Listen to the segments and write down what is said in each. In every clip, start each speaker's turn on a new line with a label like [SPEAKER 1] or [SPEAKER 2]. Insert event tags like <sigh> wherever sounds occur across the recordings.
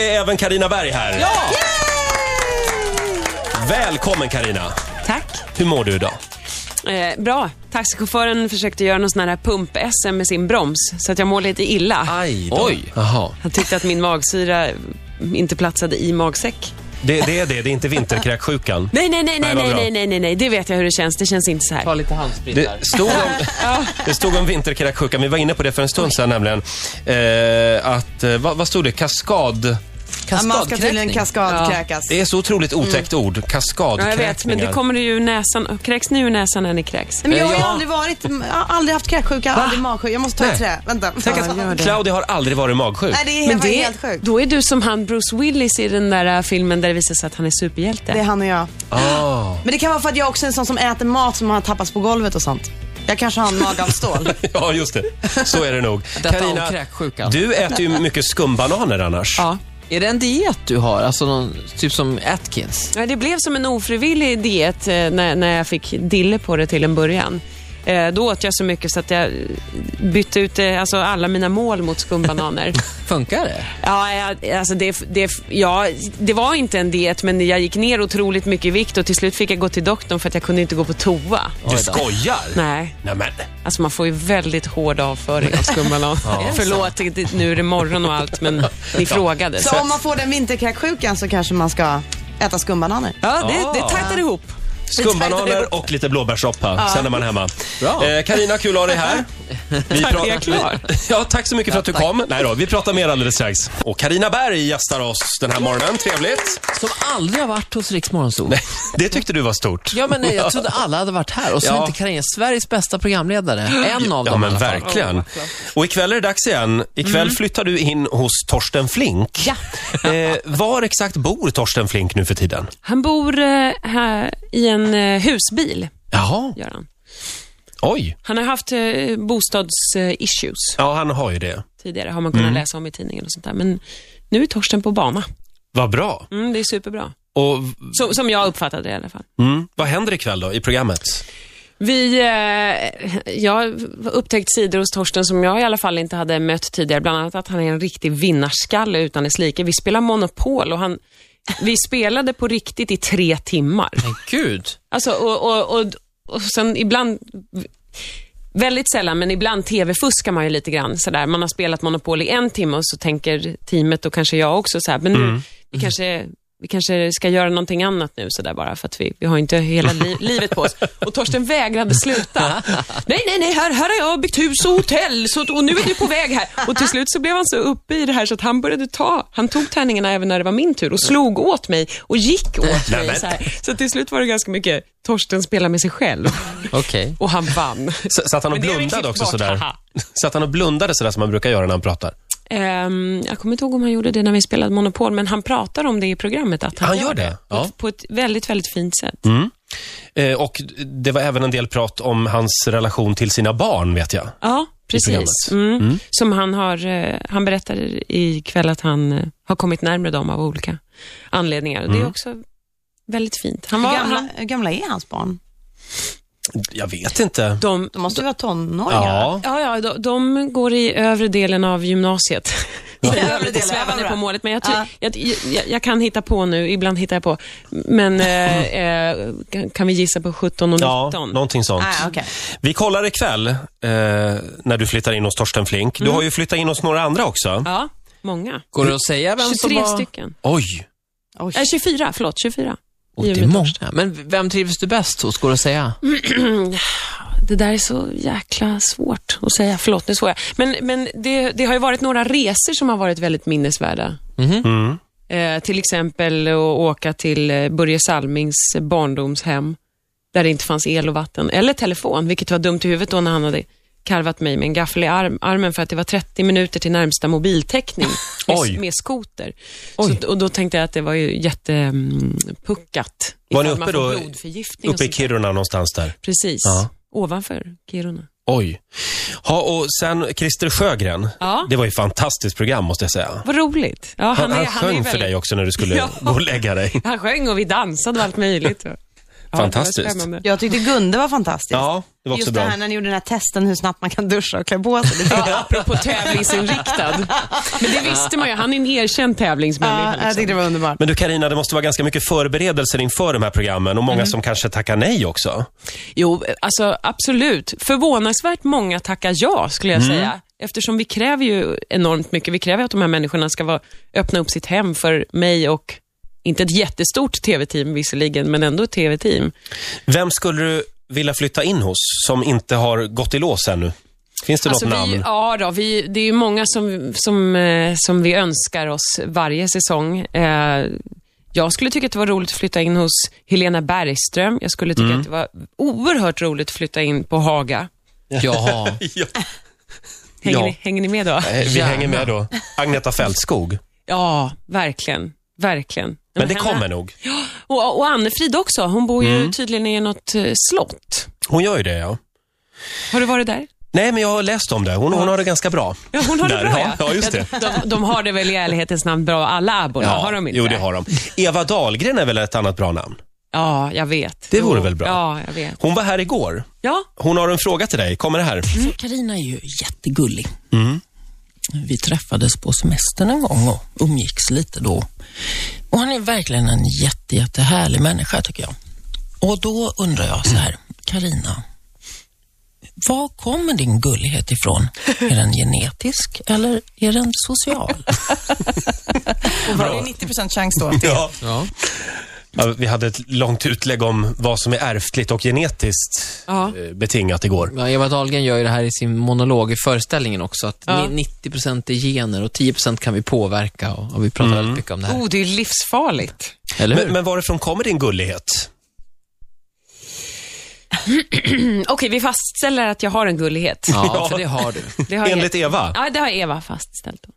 [SPEAKER 1] även Karina Berg här.
[SPEAKER 2] Ja!
[SPEAKER 1] Välkommen Karina.
[SPEAKER 3] Tack.
[SPEAKER 1] Hur mår du idag?
[SPEAKER 3] Eh, bra. Taxichauffören försökte göra någon sån här pump-SM med sin broms, så att jag mår lite illa.
[SPEAKER 1] Aj
[SPEAKER 2] Oj.
[SPEAKER 1] Jaha.
[SPEAKER 3] Han tyckte att min magsyra inte platsade i magsäck.
[SPEAKER 1] Det, det är det, det är inte
[SPEAKER 2] <laughs>
[SPEAKER 1] vinterkräksjukan.
[SPEAKER 3] Nej, nej, nej, nej,
[SPEAKER 1] vad
[SPEAKER 3] nej,
[SPEAKER 1] bra.
[SPEAKER 3] nej, nej, nej, nej, det vet jag hur det känns. Det känns inte så här.
[SPEAKER 2] Ta lite handsprit där.
[SPEAKER 1] Det stod om, det stod om vinterkräksjukan, vi var inne på det för en stund sedan nämligen. Eh, att, eh, vad, vad stod det? Kaskad...
[SPEAKER 4] Ja, man ska tydligen
[SPEAKER 2] Kaskadkräkning.
[SPEAKER 4] kaskadkräkas.
[SPEAKER 1] Det är så otroligt otäckt ord.
[SPEAKER 3] Ja, jag
[SPEAKER 1] Kaskadkräkningar.
[SPEAKER 3] vet, men det kommer det ju ur näsan. Kräks ni ur näsan när ni kräks?
[SPEAKER 4] Nej, Men jag har ju
[SPEAKER 1] Ja.
[SPEAKER 4] aldrig varit, jag har aldrig haft kräksjuka, aldrig magsjuka. Jag måste ta
[SPEAKER 1] Nej.
[SPEAKER 4] ett trä. Vänta.
[SPEAKER 1] Tänk
[SPEAKER 4] Ja, gör
[SPEAKER 1] att
[SPEAKER 4] det.
[SPEAKER 1] Claudia har aldrig varit magsjuk.
[SPEAKER 4] Nej, det är
[SPEAKER 3] Men
[SPEAKER 4] helt,
[SPEAKER 3] det,
[SPEAKER 4] helt sjukt.
[SPEAKER 3] då är du som han Bruce Willis i den där äh, filmen där det visar sig att han är superhjälte.
[SPEAKER 4] Det är han och jag.
[SPEAKER 1] Ah. <laughs>
[SPEAKER 4] Men det kan vara för att jag också är en sån som äter mat som har tappats på golvet och sånt. Jag kanske har en mage av <laughs> stål.
[SPEAKER 1] Ja, just det. Så är det nog.
[SPEAKER 2] Detta om
[SPEAKER 1] Carina,
[SPEAKER 2] kräksjukan.
[SPEAKER 1] du äter ju mycket skumbananer annars.
[SPEAKER 3] Ja.
[SPEAKER 2] Är det en diet du har? Alltså någon, typ som Atkins?
[SPEAKER 3] Ja, det blev som en ofrivillig diet eh, när, när jag fick dille på det till en början. Eh, då åt jag så mycket så att jag eh, bytte ut eh, alltså, alla mina mål mot skumbananer.
[SPEAKER 2] Funkar det?
[SPEAKER 3] ja, jag, alltså, det, det, ja, det var inte en diet, men jag gick ner otroligt mycket i vikt och till slut fick jag gå till doktorn för att jag kunde inte gå på toa.
[SPEAKER 1] Du
[SPEAKER 2] Oj då.
[SPEAKER 1] skojar?
[SPEAKER 3] Nej,
[SPEAKER 1] Nej, men.
[SPEAKER 3] alltså man får ju väldigt hård avföring av skumbanan. <laughs> Förlåt, det- nu är det morgon och allt, men ni frågade.
[SPEAKER 4] Så om man får den vinterkräksjukan så kanske man ska äta skumbananer.
[SPEAKER 3] Ja, det,
[SPEAKER 1] Ah.
[SPEAKER 3] det tajtar ihop.
[SPEAKER 1] Skumbananer och lite blåbärssoppa. Sen är man hemma.
[SPEAKER 2] Bra.
[SPEAKER 1] Eh, Carina, kul att ha dig
[SPEAKER 2] <laughs>
[SPEAKER 1] här. Vi
[SPEAKER 3] Tack, jag är klar.
[SPEAKER 1] <laughs> Ja, tack så mycket för att du kom. Nej då, vi pratar mer alldeles strax. Och Carina Berg gästar oss den här morgonen.
[SPEAKER 2] <laughs>
[SPEAKER 1] Trevligt.
[SPEAKER 2] Som aldrig har varit hos Rix Morgonzoo.
[SPEAKER 1] Nej, det tyckte du var stort.
[SPEAKER 2] Ja, men nej, jag trodde alla hade varit här. Och så
[SPEAKER 1] Ja.
[SPEAKER 2] är inte Carina Sveriges bästa programledare. En av
[SPEAKER 1] <laughs>
[SPEAKER 2] dem
[SPEAKER 1] Ja,
[SPEAKER 2] i
[SPEAKER 1] men
[SPEAKER 2] alla fall. Mm.
[SPEAKER 1] verkligen. Och ikväll är det dags igen. Ikväll flyttar du in hos Torsten Flink. <laughs> Eh, var exakt bor Torsten Flink nu för tiden?
[SPEAKER 3] Han bor eh, här i en eh, husbil,
[SPEAKER 1] Jaha,
[SPEAKER 3] gör han.
[SPEAKER 1] oj.
[SPEAKER 3] Han har haft eh, bostadsissues
[SPEAKER 1] Ja, han har ju det.
[SPEAKER 3] tidigare, har man kunnat läsa om i tidningen och sånt där. Men nu är Torsten på bana.
[SPEAKER 1] Vad bra.
[SPEAKER 3] Mm, det är superbra.
[SPEAKER 1] Och
[SPEAKER 3] Som, som jag uppfattade det i alla fall.
[SPEAKER 1] mm, vad händer ikväll då i programmet?
[SPEAKER 3] Vi, eh, jag har upptäckt sidor hos Torsten som jag i alla fall inte hade mött tidigare. Bland annat att han är en riktig vinnarskalle utan dess like. Vi spelar Monopol och han, vi spelade på riktigt i tre timmar.
[SPEAKER 2] Men gud.
[SPEAKER 3] Alltså, och, och, och, och sen ibland, väldigt sällan, men ibland tv-fuskar man ju lite grann. Sådär. Man har spelat Monopol i en timme och så tänker teamet och kanske jag också så här, men nu, vi kanske vi kanske ska göra någonting annat nu sådär bara för att vi, vi har inte hela li- livet på oss. Och Torsten vägrade sluta. Nej, nej, nej, här, här har jag byggt hus och hotell så, att- och nu är du på väg här. Och till slut så blev han så uppe i det här så att han började ta, han tog tärningarna även när det var min tur och slog åt mig och gick åt
[SPEAKER 1] Nej, men.
[SPEAKER 3] mig. Så, här. så till slut var det ganska mycket Torsten spelar med sig själv
[SPEAKER 2] Okej.
[SPEAKER 3] och han vann.
[SPEAKER 1] S- Satt han och
[SPEAKER 3] Men det har vi
[SPEAKER 1] blundade
[SPEAKER 3] klippt
[SPEAKER 1] också
[SPEAKER 3] bort,
[SPEAKER 1] sådär?
[SPEAKER 3] haha.
[SPEAKER 1] Satt han och blundade sådär som man brukar göra när han pratar?
[SPEAKER 3] Ehm, jag kommer inte ihåg om han gjorde det när vi spelade Monopol, men han pratar om det i programmet. Att han,
[SPEAKER 1] Han gör det?
[SPEAKER 3] På,
[SPEAKER 1] Ja. Mm.
[SPEAKER 3] på ett väldigt, väldigt fint sätt.
[SPEAKER 1] Eh, och det var även en del prat om hans relation till sina barn, vet jag.
[SPEAKER 3] Ja,
[SPEAKER 1] programmet.
[SPEAKER 3] precis. Mm. Som han har, eh, han berättade ikväll att han eh, har kommit närmare dem av olika anledningar. Och Det
[SPEAKER 1] Mm.
[SPEAKER 3] är också väldigt fint. Han
[SPEAKER 4] Hur
[SPEAKER 3] var,
[SPEAKER 4] gamla,
[SPEAKER 3] han,
[SPEAKER 4] hur gamla är hans barn?
[SPEAKER 1] Jag vet inte.
[SPEAKER 3] de,
[SPEAKER 4] De måste ju vara tonåringar.
[SPEAKER 1] Ja.
[SPEAKER 3] ja, ja, de, de går i övre delen av gymnasiet. Så jag är lite svävande på målet, men jag, tror,
[SPEAKER 4] Ja.
[SPEAKER 3] jag, jag, jag kan hitta på nu. Ibland hittar jag på.
[SPEAKER 1] <laughs>
[SPEAKER 3] Men eh, eh, kan- kan vi gissa på 17 och 19?
[SPEAKER 1] Ja, någonting sånt.
[SPEAKER 4] Ah, okay.
[SPEAKER 1] Vi kollar ikväll eh, när du flyttar in hos Torsten Flink.
[SPEAKER 3] Mm.
[SPEAKER 1] Du har ju flyttat in hos några andra också.
[SPEAKER 3] Ja, många.
[SPEAKER 2] Går det att säga vem som
[SPEAKER 3] 23
[SPEAKER 2] var...
[SPEAKER 3] stycken.
[SPEAKER 1] Oj!
[SPEAKER 4] Oj.
[SPEAKER 3] Äh, 24, förlåt. 24.
[SPEAKER 2] Och det är
[SPEAKER 3] Givet
[SPEAKER 2] många. Men vem trivs du bäst hos? Går det att säga?
[SPEAKER 3] <clears throat> Det där är så jäkla svårt att säga. Förlåt, nu svor jag. Men, men det, det har ju varit några resor som har varit väldigt minnesvärda.
[SPEAKER 2] Mhm.
[SPEAKER 1] Mm.
[SPEAKER 3] Eh, till exempel att åka till eh, Börje Salmings barndomshem där det inte fanns el och vatten eller telefon, vilket var dumt i huvudet då när han hade karvat mig med en gaffel i arm, armen för att det var 30 minuter till
[SPEAKER 1] <laughs>
[SPEAKER 3] närmsta mobiltäckning
[SPEAKER 1] Oj.
[SPEAKER 3] med, med skoter. Så, och då tänkte jag att det var ju mm, jättepuckat.
[SPEAKER 1] Var ni
[SPEAKER 3] ifall man
[SPEAKER 1] uppe
[SPEAKER 3] får
[SPEAKER 1] då?
[SPEAKER 3] Blodförgiftning och
[SPEAKER 1] Uppe i
[SPEAKER 3] sånt.
[SPEAKER 1] Kiruna någonstans där.
[SPEAKER 3] Precis,
[SPEAKER 1] Ja.
[SPEAKER 3] ovanför Kiruna.
[SPEAKER 1] Oj. Ha, och sen Christer Sjögren.
[SPEAKER 3] Ja.
[SPEAKER 1] Det var ju ett fantastiskt program måste jag säga.
[SPEAKER 3] Vad roligt. Ja,
[SPEAKER 1] Han, han,
[SPEAKER 3] är- är
[SPEAKER 1] sjöng för
[SPEAKER 3] väldigt-
[SPEAKER 1] dig också när du skulle
[SPEAKER 3] <laughs> Ja.
[SPEAKER 1] gå och lägga dig. <laughs>
[SPEAKER 3] Han sjöng och vi dansade och allt möjligt. Ja,
[SPEAKER 1] Fantastiskt.
[SPEAKER 3] det var spännande.
[SPEAKER 4] Jag tyckte Gunde var fantastisk.
[SPEAKER 1] Ja, det var också
[SPEAKER 4] Just
[SPEAKER 1] bra.
[SPEAKER 4] det här när ni gjorde den här testen hur snabbt man kan duscha och klä på sig. Det
[SPEAKER 3] Ja, apropå tävlingsinriktad. Men det visste man ju, han är en erkänd tävlingsmänniska.
[SPEAKER 4] ja, jag
[SPEAKER 3] liksom.
[SPEAKER 4] tyckte det var underbart.
[SPEAKER 1] Men du Karina, det måste vara ganska mycket förberedelser inför de här programmen och många som kanske tackar nej också.
[SPEAKER 3] Jo, alltså absolut. Förvånansvärt många tackar ja, skulle jag säga. Eftersom vi kräver ju enormt mycket. Vi kräver att de här människorna ska vara, öppna upp sitt hem för mig och, inte ett jättestort TV-team visserligen, men ändå ett TV-team.
[SPEAKER 1] Vem skulle du vilja flytta in hos som inte har gått i lås ännu? Finns det något namn?
[SPEAKER 3] Alltså, vi, ja då, vi, det är ju många som, som, eh, som vi önskar oss varje säsong. Eh, jag skulle tycka att det var roligt att flytta in hos Helena Bergström. Jag skulle
[SPEAKER 1] Mm.
[SPEAKER 3] tycka att det var oerhört roligt att flytta in på Haga.
[SPEAKER 2] Jaha.
[SPEAKER 1] Ja,
[SPEAKER 3] Hänger,
[SPEAKER 1] <laughs> Ja.
[SPEAKER 3] ni, hänger ni med då?
[SPEAKER 1] eh, vi
[SPEAKER 2] Gärna.
[SPEAKER 1] hänger med då. Agneta Fältskog.
[SPEAKER 3] Ja, verkligen. Verkligen.
[SPEAKER 1] Men det
[SPEAKER 3] henne-
[SPEAKER 1] kommer Mm. nog.
[SPEAKER 3] Och, och Annefrid också. Hon bor ju tydligen i något eh, slott.
[SPEAKER 1] Hon gör ju det, ja.
[SPEAKER 3] Har du varit där?
[SPEAKER 1] Nej, men jag har läst om det. Hon, hon har det ganska bra.
[SPEAKER 3] Ja, hon har
[SPEAKER 1] Där,
[SPEAKER 3] det bra,
[SPEAKER 1] ja. Ja, just det.
[SPEAKER 3] De, de har det väl i ärlighetens namn bra, alla abborrar? har de inte?
[SPEAKER 1] Jo, det har de. Eva Dahlgren är väl ett annat bra namn?
[SPEAKER 3] Ja, jag vet.
[SPEAKER 1] Det
[SPEAKER 3] Jo.
[SPEAKER 1] vore väl bra?
[SPEAKER 3] Ja, jag vet.
[SPEAKER 1] Hon var här igår.
[SPEAKER 3] Ja,
[SPEAKER 1] Hon har en fråga till dig. Kommer det här?
[SPEAKER 5] Karina är ju jättegullig. Vi träffades på semestern en gång och umgicks lite då. Och han är verkligen en jätte, jättehärlig människa tycker jag. Och då undrar jag så här, Karina, var kommer din gullighet ifrån? Är den genetisk eller är den social?
[SPEAKER 6] Och var det 90 chans då?
[SPEAKER 1] Ja.
[SPEAKER 2] Ja.
[SPEAKER 1] Ja, vi hade ett långt utlägg om vad som är ärftligt och genetiskt
[SPEAKER 3] Ja.
[SPEAKER 1] eh, betingat igår.
[SPEAKER 2] Ja, Eva Dahlgren gör ju det här i sin monolog i föreställningen också. Att
[SPEAKER 3] Ja.
[SPEAKER 2] ni- 90% är gener och 10% kan vi påverka. Och, och vi pratar
[SPEAKER 5] Mm.
[SPEAKER 2] väldigt mycket om det här.
[SPEAKER 3] oh, det är ju livsfarligt.
[SPEAKER 2] Eller hur?
[SPEAKER 1] Men, men varifrån kommer din gullighet?
[SPEAKER 3] Mm, Okej, vi fastställer att jag har en gullighet.
[SPEAKER 5] <laughs>
[SPEAKER 2] ja, för det har du.
[SPEAKER 3] Det har
[SPEAKER 1] Enligt
[SPEAKER 3] Eva.
[SPEAKER 1] Eva.
[SPEAKER 3] Ja, det har Eva fastställt. då.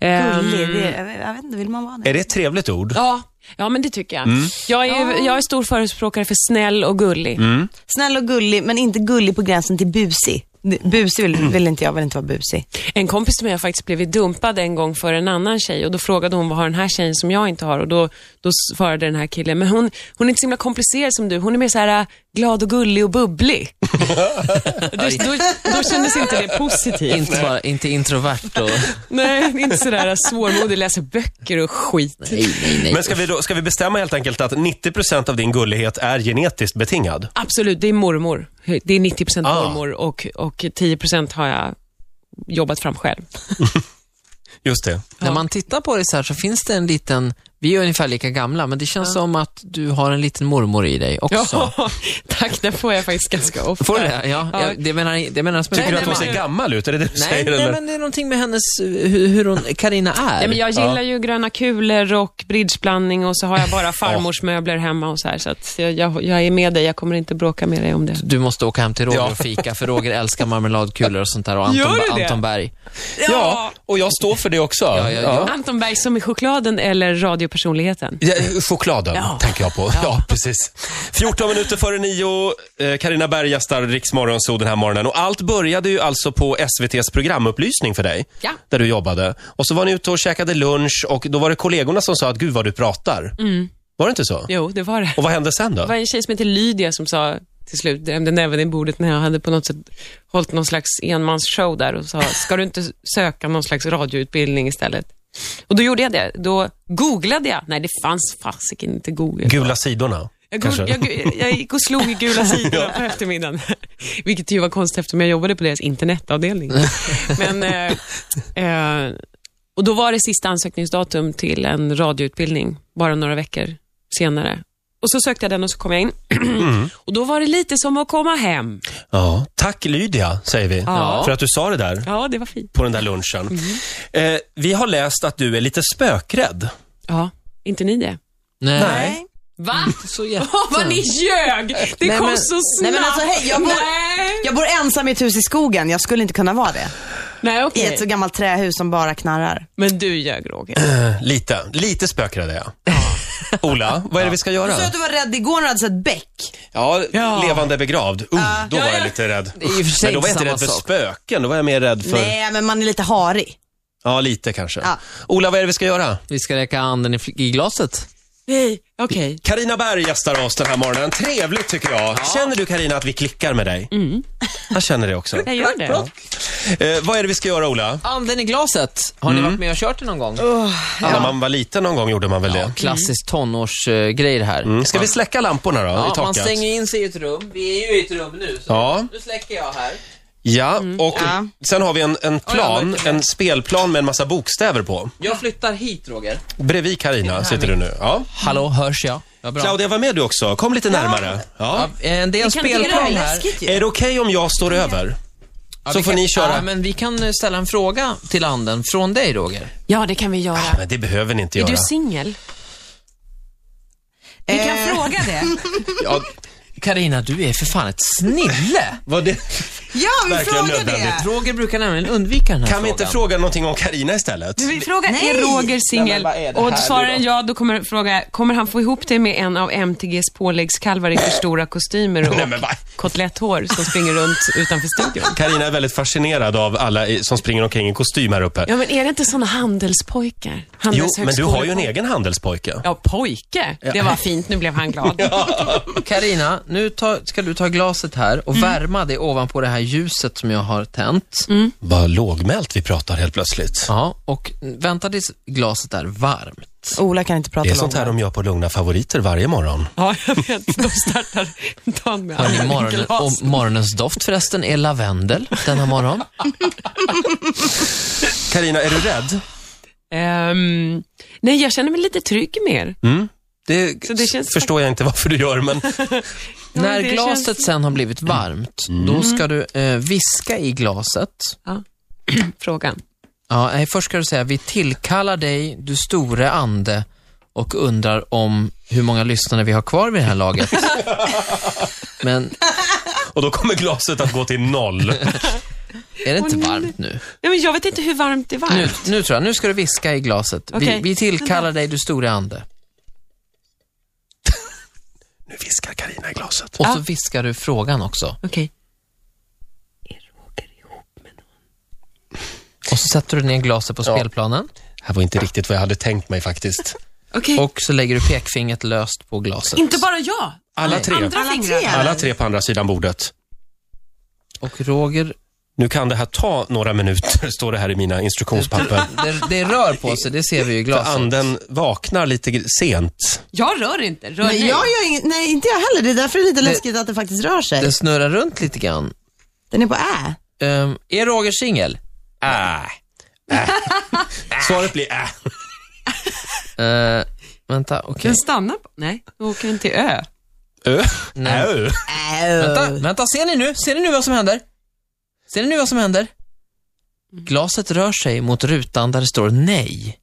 [SPEAKER 4] Gullig,
[SPEAKER 3] Ehm,
[SPEAKER 4] det, jag, jag vet inte, vill man vara det?
[SPEAKER 1] Är det ett trevligt ord?
[SPEAKER 3] Ja, ja, men det tycker jag.
[SPEAKER 1] Mm.
[SPEAKER 3] Jag, är, jag är stor förespråkare för snäll och gullig.
[SPEAKER 1] Mm.
[SPEAKER 4] Snäll och gullig, men inte gullig på gränsen till busig. Det- Busig vill,
[SPEAKER 1] Mm.
[SPEAKER 4] vill inte jag, vill inte vara busig.
[SPEAKER 3] En kompis till mig har faktiskt blivit dumpad en gång för en annan tjej och då frågade hon vad har den här tjejen som jag inte har och då, då svarade den här killen, men hon, hon är inte så himla komplicerad som du, hon är mer så här äh, glad och gullig
[SPEAKER 1] <laughs>
[SPEAKER 3] och bubblig. Och då, då, då kändes inte det positivt.
[SPEAKER 2] Inte, bara, inte introvert och...
[SPEAKER 3] Nej, inte sådär svårmodig, läser böcker och skit.
[SPEAKER 2] Nej, nej, nej.
[SPEAKER 1] Men ska vi, då, ska vi bestämma helt enkelt att 90% av din gullighet är genetiskt betingad?
[SPEAKER 3] Absolut, det är mormor. Det är 90%
[SPEAKER 1] Ah.
[SPEAKER 3] mormor och, och 10% har jag jobbat fram själv.
[SPEAKER 1] Just det.
[SPEAKER 2] När man tittar på det så här så finns det en liten... Vi är ungefär lika gamla, men det känns som att du har en liten mormor i dig också.
[SPEAKER 3] Ja, tack, det får jag faktiskt ganska ofta.
[SPEAKER 2] Får du det? Ja,
[SPEAKER 3] Ja.
[SPEAKER 2] ja. Det menar, det menar
[SPEAKER 1] Tycker
[SPEAKER 3] Nej,
[SPEAKER 1] du
[SPEAKER 3] nej,
[SPEAKER 1] att hon
[SPEAKER 3] men-
[SPEAKER 1] ser gammal ut? Är det det du
[SPEAKER 2] Nej,
[SPEAKER 1] säger?
[SPEAKER 2] nej,
[SPEAKER 1] eller?
[SPEAKER 2] men det är någonting med hennes, hur, hur hon, Carina är.
[SPEAKER 3] Nej, men jag gillar ju gröna kulor och bridgeblandning och så har jag bara farmors möbler hemma och så här. Så att jag, jag, jag är med dig, jag kommer inte bråka med dig om det.
[SPEAKER 2] Du måste åka hem till Roger
[SPEAKER 1] Ja.
[SPEAKER 2] och fika, för Roger älskar marmeladkulor och sånt där. Och Anton,
[SPEAKER 3] Gör du det?
[SPEAKER 2] Anton Berg.
[SPEAKER 1] Ja, och jag står för det också.
[SPEAKER 2] Ja, ja, ja.
[SPEAKER 3] Anton Berg som i chokladen eller radiopersonligheten?
[SPEAKER 1] Ja, chokladen tänker jag på. Ja. precis. 14 minuter före nio, eh, Carina Berg gästar Rix Morgonzoo den här morgonen. Och allt började ju alltså på SVTs programupplysning för dig,
[SPEAKER 3] Ja.
[SPEAKER 1] där du jobbade. Och så var ni ute och käkade lunch och då var det kollegorna som sa att gud vad du pratar. Var det inte så?
[SPEAKER 3] Jo, det var det.
[SPEAKER 1] Och Mm. vad hände sen då?
[SPEAKER 3] Det var en tjej som heter Lydia som sa till slut, drämde näven i bordet när jag hade på något sätt hållit någon slags enmansshow där och sa, ska du inte söka någon slags radioutbildning istället? Och då gjorde jag det. Då googlade jag. Nej, det fanns fasiken inte Google.
[SPEAKER 1] Gula sidorna.
[SPEAKER 3] Jag,
[SPEAKER 1] kanske.
[SPEAKER 3] go- jag, jag gick och slog i gula <laughs> sidorna på eftermiddagen. Vilket ju var konstigt eftersom jag jobbade på deras <laughs> internetavdelning. Men, eh, eh, och då var det sista ansökningsdatum till en radioutbildning, bara några veckor senare. Och så sökte jag den och så kom jag in. <clears throat> Och då var det lite som att komma hem.
[SPEAKER 1] Ja. Tack Lydia, säger vi,
[SPEAKER 3] Ja.
[SPEAKER 1] för att du sa det där
[SPEAKER 3] Ja, det var fint.
[SPEAKER 1] på den där lunchen. Eh, vi har läst att du är lite spökrädd.
[SPEAKER 3] Ja, inte ni det?
[SPEAKER 2] Nej.
[SPEAKER 4] Nej.
[SPEAKER 3] Va?
[SPEAKER 2] Så jätte...
[SPEAKER 3] Vad ni ljög! Det
[SPEAKER 4] Nej,
[SPEAKER 3] kom
[SPEAKER 4] men-
[SPEAKER 3] så snabbt.
[SPEAKER 4] nej, men alltså, hej, jag mår-
[SPEAKER 3] Nej,
[SPEAKER 4] Jag bor ensam i ett hus i skogen, jag skulle inte kunna vara det.
[SPEAKER 3] nej
[SPEAKER 4] I
[SPEAKER 3] okej.
[SPEAKER 4] ett så gammalt trähus som bara knarrar.
[SPEAKER 3] Men du ljög, Roger.
[SPEAKER 1] Lite. Lite spökrädd är jag. Ola, vad är det vi ska göra?
[SPEAKER 4] Du sa att du var rädd igår när du hade sett bäck.
[SPEAKER 1] Ja, levande begravd. Uh, då var jag lite rädd.
[SPEAKER 2] är i och för sig
[SPEAKER 1] Men då var jag inte
[SPEAKER 2] inte samma
[SPEAKER 1] rädd för
[SPEAKER 2] sak.
[SPEAKER 1] spöken, då var jag mer rädd för...
[SPEAKER 4] Nej, men man är lite harig.
[SPEAKER 1] Ja, lite kanske.
[SPEAKER 4] Ja.
[SPEAKER 1] Ola, vad är det vi ska göra?
[SPEAKER 2] Vi ska räcka anden i, fl- i glaset.
[SPEAKER 3] Hej, okej.
[SPEAKER 1] Karina Berg gästar oss den här morgonen. Trevligt tycker jag. Känner du Karina att vi klickar med dig?
[SPEAKER 2] Mm.
[SPEAKER 1] Jag känner det också.
[SPEAKER 3] Jag gör det.
[SPEAKER 1] Eh, vad är det vi ska göra Ola?
[SPEAKER 2] Anden i glaset. Har ni varit med och kört det någon gång?
[SPEAKER 1] När man var liten någon gång gjorde man väl det?
[SPEAKER 2] Klassisk tonårsgrej det här.
[SPEAKER 1] Mm. Ska vi släcka lamporna då i
[SPEAKER 2] Ja, man
[SPEAKER 1] taket?
[SPEAKER 2] stänger in sig i ett rum. Vi är ju i ett rum nu. Så
[SPEAKER 1] Ja.
[SPEAKER 2] Nu släcker jag här.
[SPEAKER 1] Ja,
[SPEAKER 2] Mm.
[SPEAKER 1] och sen har vi en, en plan, en spelplan med en massa bokstäver på.
[SPEAKER 2] Jag flyttar hit, Roger.
[SPEAKER 1] Bredvid Karina sitter du nu. Ja.
[SPEAKER 2] Hallå, hörs jag? Ja, bra.
[SPEAKER 1] Claudia var med du också. Kom lite närmare. Ja.
[SPEAKER 2] Ja, en del
[SPEAKER 3] kan inte göra
[SPEAKER 2] spelplan
[SPEAKER 3] det
[SPEAKER 2] här.
[SPEAKER 1] Är det okej om jag står över?
[SPEAKER 2] Ja,
[SPEAKER 1] Så
[SPEAKER 2] vi
[SPEAKER 1] får
[SPEAKER 2] kan-
[SPEAKER 1] ni köra.
[SPEAKER 2] Ja, men vi kan eh, ställa en fråga till anden från dig, Roger.
[SPEAKER 3] Ja, det kan vi göra.
[SPEAKER 1] Men det behöver ni inte
[SPEAKER 3] Är
[SPEAKER 1] göra.
[SPEAKER 3] du singel?
[SPEAKER 6] Vi kan
[SPEAKER 5] Eh.
[SPEAKER 6] fråga det.
[SPEAKER 5] <laughs>
[SPEAKER 1] Ja,
[SPEAKER 2] Karina, du är för fan ett snille.
[SPEAKER 1] var det
[SPEAKER 6] Ja, vi
[SPEAKER 1] verkligen
[SPEAKER 6] frågar
[SPEAKER 1] nödvändigt?
[SPEAKER 6] det.
[SPEAKER 2] Roger brukar nämligen undvika den här
[SPEAKER 1] Kan vi
[SPEAKER 2] frågan.
[SPEAKER 1] inte fråga någonting om Karina istället?
[SPEAKER 3] Vi frågar, är Roger
[SPEAKER 5] Nej, men
[SPEAKER 3] singel?
[SPEAKER 5] vad är det
[SPEAKER 3] Och
[SPEAKER 5] här nu
[SPEAKER 3] svarar
[SPEAKER 5] då?
[SPEAKER 3] en ja, då kommer fråga, kommer han få ihop det med en av MTGs påläggskalvar i för stora kostymer
[SPEAKER 1] Nej,
[SPEAKER 3] och
[SPEAKER 1] men va?
[SPEAKER 3] kotletthår som springer runt utanför studion?
[SPEAKER 1] Karina är väldigt fascinerad av alla i- som springer omkring i kostym här uppe.
[SPEAKER 3] Ja, men är det inte såna handelspojkar?
[SPEAKER 1] Jo, men du har ju en
[SPEAKER 3] Handelshögskolepojkar.
[SPEAKER 1] egen handelspojke.
[SPEAKER 3] Ja, pojke. Det var fint, nu blev han
[SPEAKER 5] <laughs>
[SPEAKER 3] glad.
[SPEAKER 2] Karina, nu ta, ska du ta glaset här
[SPEAKER 3] Mm.
[SPEAKER 2] och värma det ovanpå det här ljuset som jag har tänt.
[SPEAKER 1] Vad lågmält vi pratar helt plötsligt.
[SPEAKER 2] Ja, och vänta tills glaset är varmt.
[SPEAKER 4] Ola kan inte prata
[SPEAKER 1] Det är sånt här
[SPEAKER 4] långsamt.
[SPEAKER 1] de gör på Lugna Favoriter varje morgon.
[SPEAKER 3] Ja, jag vet. De startar dagen med <laughs>
[SPEAKER 2] Hörrni, morgonen,
[SPEAKER 3] glas.
[SPEAKER 2] och morgonens doft förresten är lavendel denna
[SPEAKER 3] <laughs>
[SPEAKER 2] morgon.
[SPEAKER 1] Karina, är du rädd?
[SPEAKER 3] Ehm, nej, jag känner mig lite trygg med
[SPEAKER 1] Mm.
[SPEAKER 3] er.
[SPEAKER 1] Det,
[SPEAKER 3] Så det känns-
[SPEAKER 1] förstår jag inte varför du gör, men
[SPEAKER 3] Ja,
[SPEAKER 2] När
[SPEAKER 3] det
[SPEAKER 2] glaset
[SPEAKER 3] känns-
[SPEAKER 2] sen har blivit varmt,
[SPEAKER 3] Mm.
[SPEAKER 2] då ska du eh, viska i glaset.
[SPEAKER 3] Frågan.
[SPEAKER 2] Ja, nej, först ska du säga, vi tillkallar dig, du store ande, och undrar om hur många lyssnare vi har kvar vid det här
[SPEAKER 3] <laughs>
[SPEAKER 2] laget. Men
[SPEAKER 1] Och då kommer glaset att gå till noll.
[SPEAKER 2] är det inte
[SPEAKER 3] Åh, nej.
[SPEAKER 2] varmt nu?
[SPEAKER 3] Nej, men jag vet inte hur varmt det var.
[SPEAKER 2] nu? Nu tror jag, nu ska du viska i glaset. Vi,
[SPEAKER 3] Okej.
[SPEAKER 2] vi tillkallar dig, du store ande.
[SPEAKER 1] Nu viskar Karina i glaset.
[SPEAKER 2] Och så viskar du frågan också.
[SPEAKER 3] Okej.
[SPEAKER 2] Och så sätter du ner glaset på spelplanen.
[SPEAKER 1] Det här var inte riktigt vad jag hade tänkt mig faktiskt.
[SPEAKER 3] Okej.
[SPEAKER 2] Och så lägger du pekfingret löst på glaset.
[SPEAKER 3] Inte bara jag.
[SPEAKER 1] Alla
[SPEAKER 2] Nej.
[SPEAKER 1] tre.
[SPEAKER 6] Alla tre.
[SPEAKER 1] Alla tre på andra sidan bordet.
[SPEAKER 2] Och Roger,
[SPEAKER 1] Nu kan det här ta några minuter, står det här i mina instruktionspapper.
[SPEAKER 2] det, det rör på sig, det ser vi ju i
[SPEAKER 1] För
[SPEAKER 2] glaset.
[SPEAKER 1] anden vaknar lite gr- sent.
[SPEAKER 3] Jag rör inte. Rör
[SPEAKER 4] Nej,
[SPEAKER 3] dig.
[SPEAKER 4] jag gör inget, nej, inte jag heller. Det är därför det är lite läskigt att den faktiskt rör sig.
[SPEAKER 2] Den snurrar runt lite grann.
[SPEAKER 4] Den är på ä.
[SPEAKER 2] Ehm, är Roger singel?
[SPEAKER 1] Äh. Äh. Svaret blir äh.
[SPEAKER 2] Ehm, vänta, okej.
[SPEAKER 3] Den stannar på... Nej, då åker den till ö.
[SPEAKER 1] Ö.
[SPEAKER 2] Nej.
[SPEAKER 1] Ö.
[SPEAKER 2] Vänta, vänta, ser ni nu? Ser ni nu vad som händer? Ser ni nu vad som händer? Glaset rör sig mot rutan där det står nej.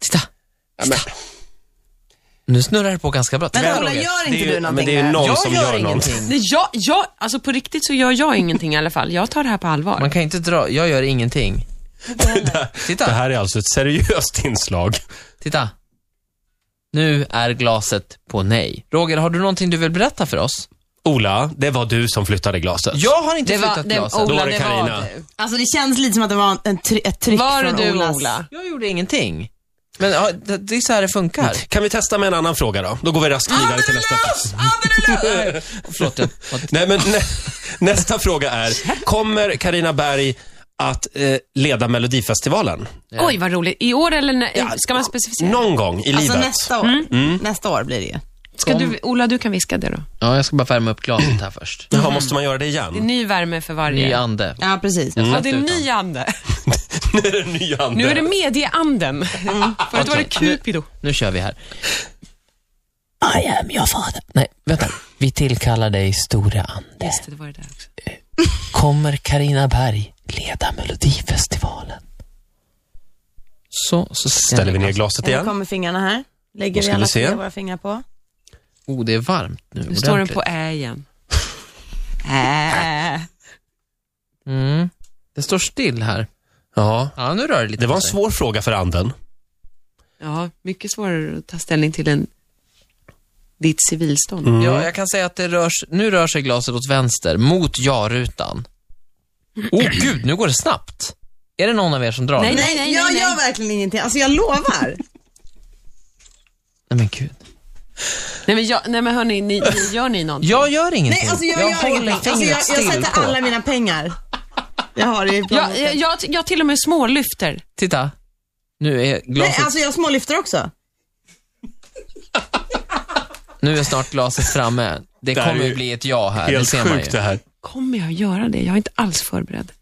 [SPEAKER 2] Titta,
[SPEAKER 1] Ja, men-
[SPEAKER 2] nu snurrar det på ganska bra.
[SPEAKER 4] Men
[SPEAKER 1] Men
[SPEAKER 4] Ola,
[SPEAKER 1] Roger,
[SPEAKER 4] gör
[SPEAKER 1] det är
[SPEAKER 4] inte
[SPEAKER 1] ju-
[SPEAKER 4] du någonting
[SPEAKER 1] Men det är ju
[SPEAKER 4] här?
[SPEAKER 1] någon
[SPEAKER 2] jag
[SPEAKER 1] som
[SPEAKER 2] gör,
[SPEAKER 1] gör, något.
[SPEAKER 2] ingenting.
[SPEAKER 3] Nej, jag, jag, alltså på riktigt så gör jag ingenting i alla fall. Jag tar det här på allvar.
[SPEAKER 2] Man kan ju inte dra, jag gör
[SPEAKER 3] <laughs>
[SPEAKER 2] ingenting.
[SPEAKER 1] Det
[SPEAKER 2] Titta,
[SPEAKER 1] här är alltså ett seriöst inslag.
[SPEAKER 2] titta. Nu är glaset på nej. Roger, har du någonting du vill berätta för oss?
[SPEAKER 1] Ola, det var du som flyttade glaset.
[SPEAKER 2] Jag har inte
[SPEAKER 3] Det var,
[SPEAKER 2] flyttat
[SPEAKER 3] det,
[SPEAKER 2] glaset.
[SPEAKER 1] Då
[SPEAKER 3] Ola,
[SPEAKER 1] var det
[SPEAKER 3] det
[SPEAKER 1] Carina.
[SPEAKER 3] var du.
[SPEAKER 4] Alltså det känns lite som att det var en try- ett tryck
[SPEAKER 3] Var det
[SPEAKER 4] från
[SPEAKER 3] du,
[SPEAKER 4] Olas.
[SPEAKER 3] Ola?
[SPEAKER 2] Jag gjorde ingenting. Men ja, det, det är så här det funkar.
[SPEAKER 1] Kan vi testa med en annan fråga då? Då går vi raskt vidare till nästa.
[SPEAKER 2] Förlåt, jag,
[SPEAKER 1] Nej, men nä, nästa fråga är, kommer Karina Berg att eh, leda Melodifestivalen?
[SPEAKER 3] Oj, vad roligt. I år eller när, ska man specificera?
[SPEAKER 1] Någon gång i
[SPEAKER 4] Alltså
[SPEAKER 1] livet? Mm.
[SPEAKER 4] nästa år. Nästa år blir det ju.
[SPEAKER 3] Ska du, Ola, du kan viska det då.
[SPEAKER 2] ja, jag ska bara värma upp glaset här först.
[SPEAKER 3] Mm.
[SPEAKER 1] Jaha, måste man göra det
[SPEAKER 3] Det är
[SPEAKER 1] igen?
[SPEAKER 3] ny värme för varje.
[SPEAKER 2] Ny ande.
[SPEAKER 4] Ja, precis.
[SPEAKER 1] Mm.
[SPEAKER 3] Ja, det är
[SPEAKER 2] <laughs>
[SPEAKER 3] ny ande.
[SPEAKER 1] <laughs> nu är det en ny ande.
[SPEAKER 3] Nu är det medieanden. Förut var det Cupido.
[SPEAKER 2] Nu kör vi här. I am your father. Nej, vänta. Vi tillkallar dig Stora Ande.
[SPEAKER 3] Just det, det var det där också.
[SPEAKER 2] Kommer Karina Berg leda Melodifestivalen? Så, så
[SPEAKER 1] Ställer vi ner glaset
[SPEAKER 4] Nu
[SPEAKER 1] igen?
[SPEAKER 4] kommer fingrarna här. Lägger
[SPEAKER 1] Då
[SPEAKER 4] vi
[SPEAKER 1] ska
[SPEAKER 4] alla
[SPEAKER 1] vi se.
[SPEAKER 4] fyra våra fingrar på.
[SPEAKER 2] Oh, det är varmt nu.
[SPEAKER 3] Nu står den
[SPEAKER 2] ordentligt.
[SPEAKER 3] på ä igen.
[SPEAKER 4] Äh.
[SPEAKER 2] Mm. Det står still här.
[SPEAKER 1] Ja.
[SPEAKER 2] Ja, nu rör det lite
[SPEAKER 1] Det var en
[SPEAKER 2] på sig.
[SPEAKER 1] svår fråga för anden.
[SPEAKER 3] Ja, mycket svårare att ta ställning till än ditt civilstånd.
[SPEAKER 2] Ja, jag kan säga att det rörs, nu rör sig glaset åt vänster, mot ja-rutan. Åh
[SPEAKER 1] Mm.
[SPEAKER 2] oh, gud, nu går det snabbt. Är det någon av er som drar?
[SPEAKER 3] Nej,
[SPEAKER 2] nu?
[SPEAKER 1] <laughs>
[SPEAKER 4] Nej, nej, jag gör verkligen ingenting. Alltså jag lovar.
[SPEAKER 2] Nej men gud.
[SPEAKER 3] Nej men, jag, nej, men hörni, ni, <laughs> ni, gör ni någonting?
[SPEAKER 2] Jag gör ingenting.
[SPEAKER 6] Nej, alltså jag,
[SPEAKER 2] jag
[SPEAKER 6] gör
[SPEAKER 2] håller
[SPEAKER 6] inget.
[SPEAKER 2] fingret
[SPEAKER 6] alltså, jag,
[SPEAKER 2] still
[SPEAKER 6] jag sätter
[SPEAKER 2] på.
[SPEAKER 6] alla mina pengar. Jag har det i
[SPEAKER 3] Jag,
[SPEAKER 6] plånboken.
[SPEAKER 3] jag, jag, jag till och med smålyfter.
[SPEAKER 2] Titta. Nu är
[SPEAKER 6] Nej,
[SPEAKER 2] glaset,
[SPEAKER 6] alltså jag smålyfter också. alltså-
[SPEAKER 2] nu är snart glaset framme. Det
[SPEAKER 1] Det här
[SPEAKER 2] kommer
[SPEAKER 1] är
[SPEAKER 2] ju
[SPEAKER 1] ju
[SPEAKER 2] bli ett ja här, det
[SPEAKER 1] Helt
[SPEAKER 2] ser man ju.
[SPEAKER 1] sjukt det här.
[SPEAKER 3] Kommer jag göra det? Jag är inte alls förberedd.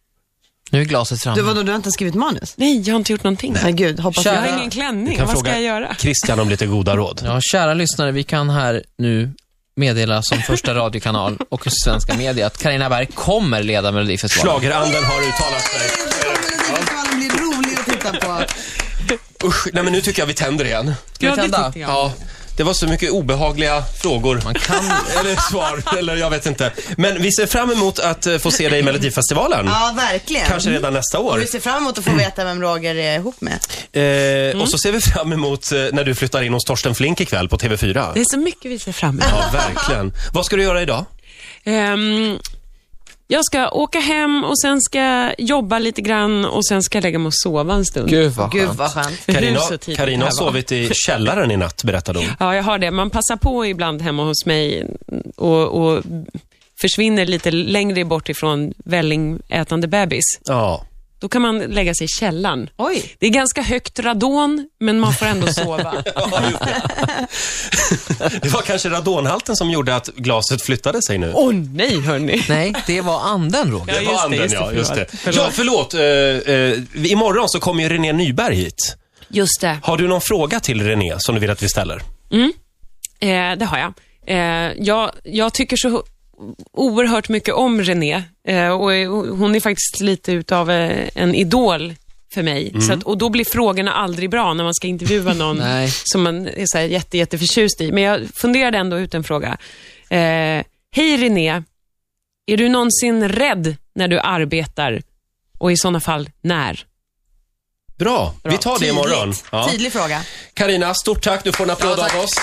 [SPEAKER 2] Nu är glaset framme.
[SPEAKER 6] Du, vadå, du har inte skrivit manus?
[SPEAKER 3] Nej, jag har inte gjort någonting.
[SPEAKER 6] Men gud, hoppas
[SPEAKER 2] Kära-
[SPEAKER 3] Jag har
[SPEAKER 6] jag-
[SPEAKER 3] ingen klänning.
[SPEAKER 1] kan
[SPEAKER 3] Vad ska
[SPEAKER 1] fråga-
[SPEAKER 3] jag göra?
[SPEAKER 1] Christian om lite goda råd.
[SPEAKER 2] Ja, kära lyssnare, vi kan här nu meddela som första radiokanal och svenska media att Carina Berg kommer leda Melodifestivalen.
[SPEAKER 1] Schlageranden har uttalat sig.
[SPEAKER 6] Melodifestivalen blir rolig att titta på.
[SPEAKER 1] Usch, nej men nu tycker jag vi tänder igen.
[SPEAKER 2] Ska vi
[SPEAKER 3] Ja, det
[SPEAKER 2] tända?
[SPEAKER 3] tyckte jag.
[SPEAKER 1] Ja, det var så mycket obehagliga frågor.
[SPEAKER 2] Man kan...
[SPEAKER 1] <laughs> Eller svar, eller jag vet inte. Men vi ser fram emot att eh, få se dig i Melodifestivalen.
[SPEAKER 6] Ja, verkligen.
[SPEAKER 1] Kanske redan nästa år.
[SPEAKER 6] Vi ser fram emot att få veta vem Roger är ihop med.
[SPEAKER 1] Eh,
[SPEAKER 3] Mm.
[SPEAKER 1] och så ser vi fram emot eh, när du flyttar in hos Torsten Flink ikväll på TV4.
[SPEAKER 3] Det är så mycket vi ser fram emot.
[SPEAKER 1] Ja, verkligen. Vad ska du göra idag?
[SPEAKER 3] Ehm, jag ska åka hem och sen ska jag jobba lite grann och sen ska jag lägga mig och sova en stund.
[SPEAKER 2] Gud vad
[SPEAKER 6] Gud
[SPEAKER 2] skönt.
[SPEAKER 6] vad skönt.
[SPEAKER 1] Carina,
[SPEAKER 3] så tidigt
[SPEAKER 1] Carina har
[SPEAKER 3] här, va?
[SPEAKER 1] sovit i källaren i natt, berättade hon.
[SPEAKER 3] Ja, jag har det. Man passar på ibland hemma hos mig och, och försvinner lite längre bort ifrån vällingätande bebis.
[SPEAKER 1] Ja.
[SPEAKER 3] Då kan man lägga sig i källaren.
[SPEAKER 6] Oj.
[SPEAKER 3] Det är ganska högt radon, men man får ändå sova.
[SPEAKER 1] Det var kanske radonhalten som gjorde att glaset flyttade sig nu.
[SPEAKER 3] <laughs> Åh nej, hörni.
[SPEAKER 2] Nej, det var anden, Roger.
[SPEAKER 3] Ja,
[SPEAKER 1] Det var
[SPEAKER 3] just det,
[SPEAKER 1] anden,
[SPEAKER 3] just det,
[SPEAKER 1] ja. Just det.
[SPEAKER 3] förlåt.
[SPEAKER 1] Ja, förlåt. Uh, uh, imorgon så kommer ju René Nyberg hit.
[SPEAKER 3] Just det.
[SPEAKER 1] Har du någon fråga till René som du vill att vi ställer?
[SPEAKER 3] Eh, det har jag. Eh, jag. Jag tycker så oerhört mycket om René eh, och eh, hon är faktiskt lite utav eh, en idol för mig. Så att, och då blir frågorna aldrig bra när man ska intervjua någon
[SPEAKER 2] Nej.
[SPEAKER 3] som man är så här jätte, jätteförtjust i. Men jag funderade ändå ut en fråga. Eh, Hej René, är du någonsin rädd när du arbetar och i sådana fall när?
[SPEAKER 1] Bra, vi tar det imorgon.
[SPEAKER 6] Tydligt.
[SPEAKER 1] Ja.
[SPEAKER 6] Tydlig fråga.
[SPEAKER 1] Karina, stort tack. Du får en applåd
[SPEAKER 2] Ja, tack.
[SPEAKER 1] av oss.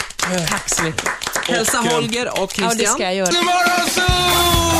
[SPEAKER 3] Tack så mycket.
[SPEAKER 2] Hälsa Holger och Christian.
[SPEAKER 3] jag göra.
[SPEAKER 1] Imorgon så!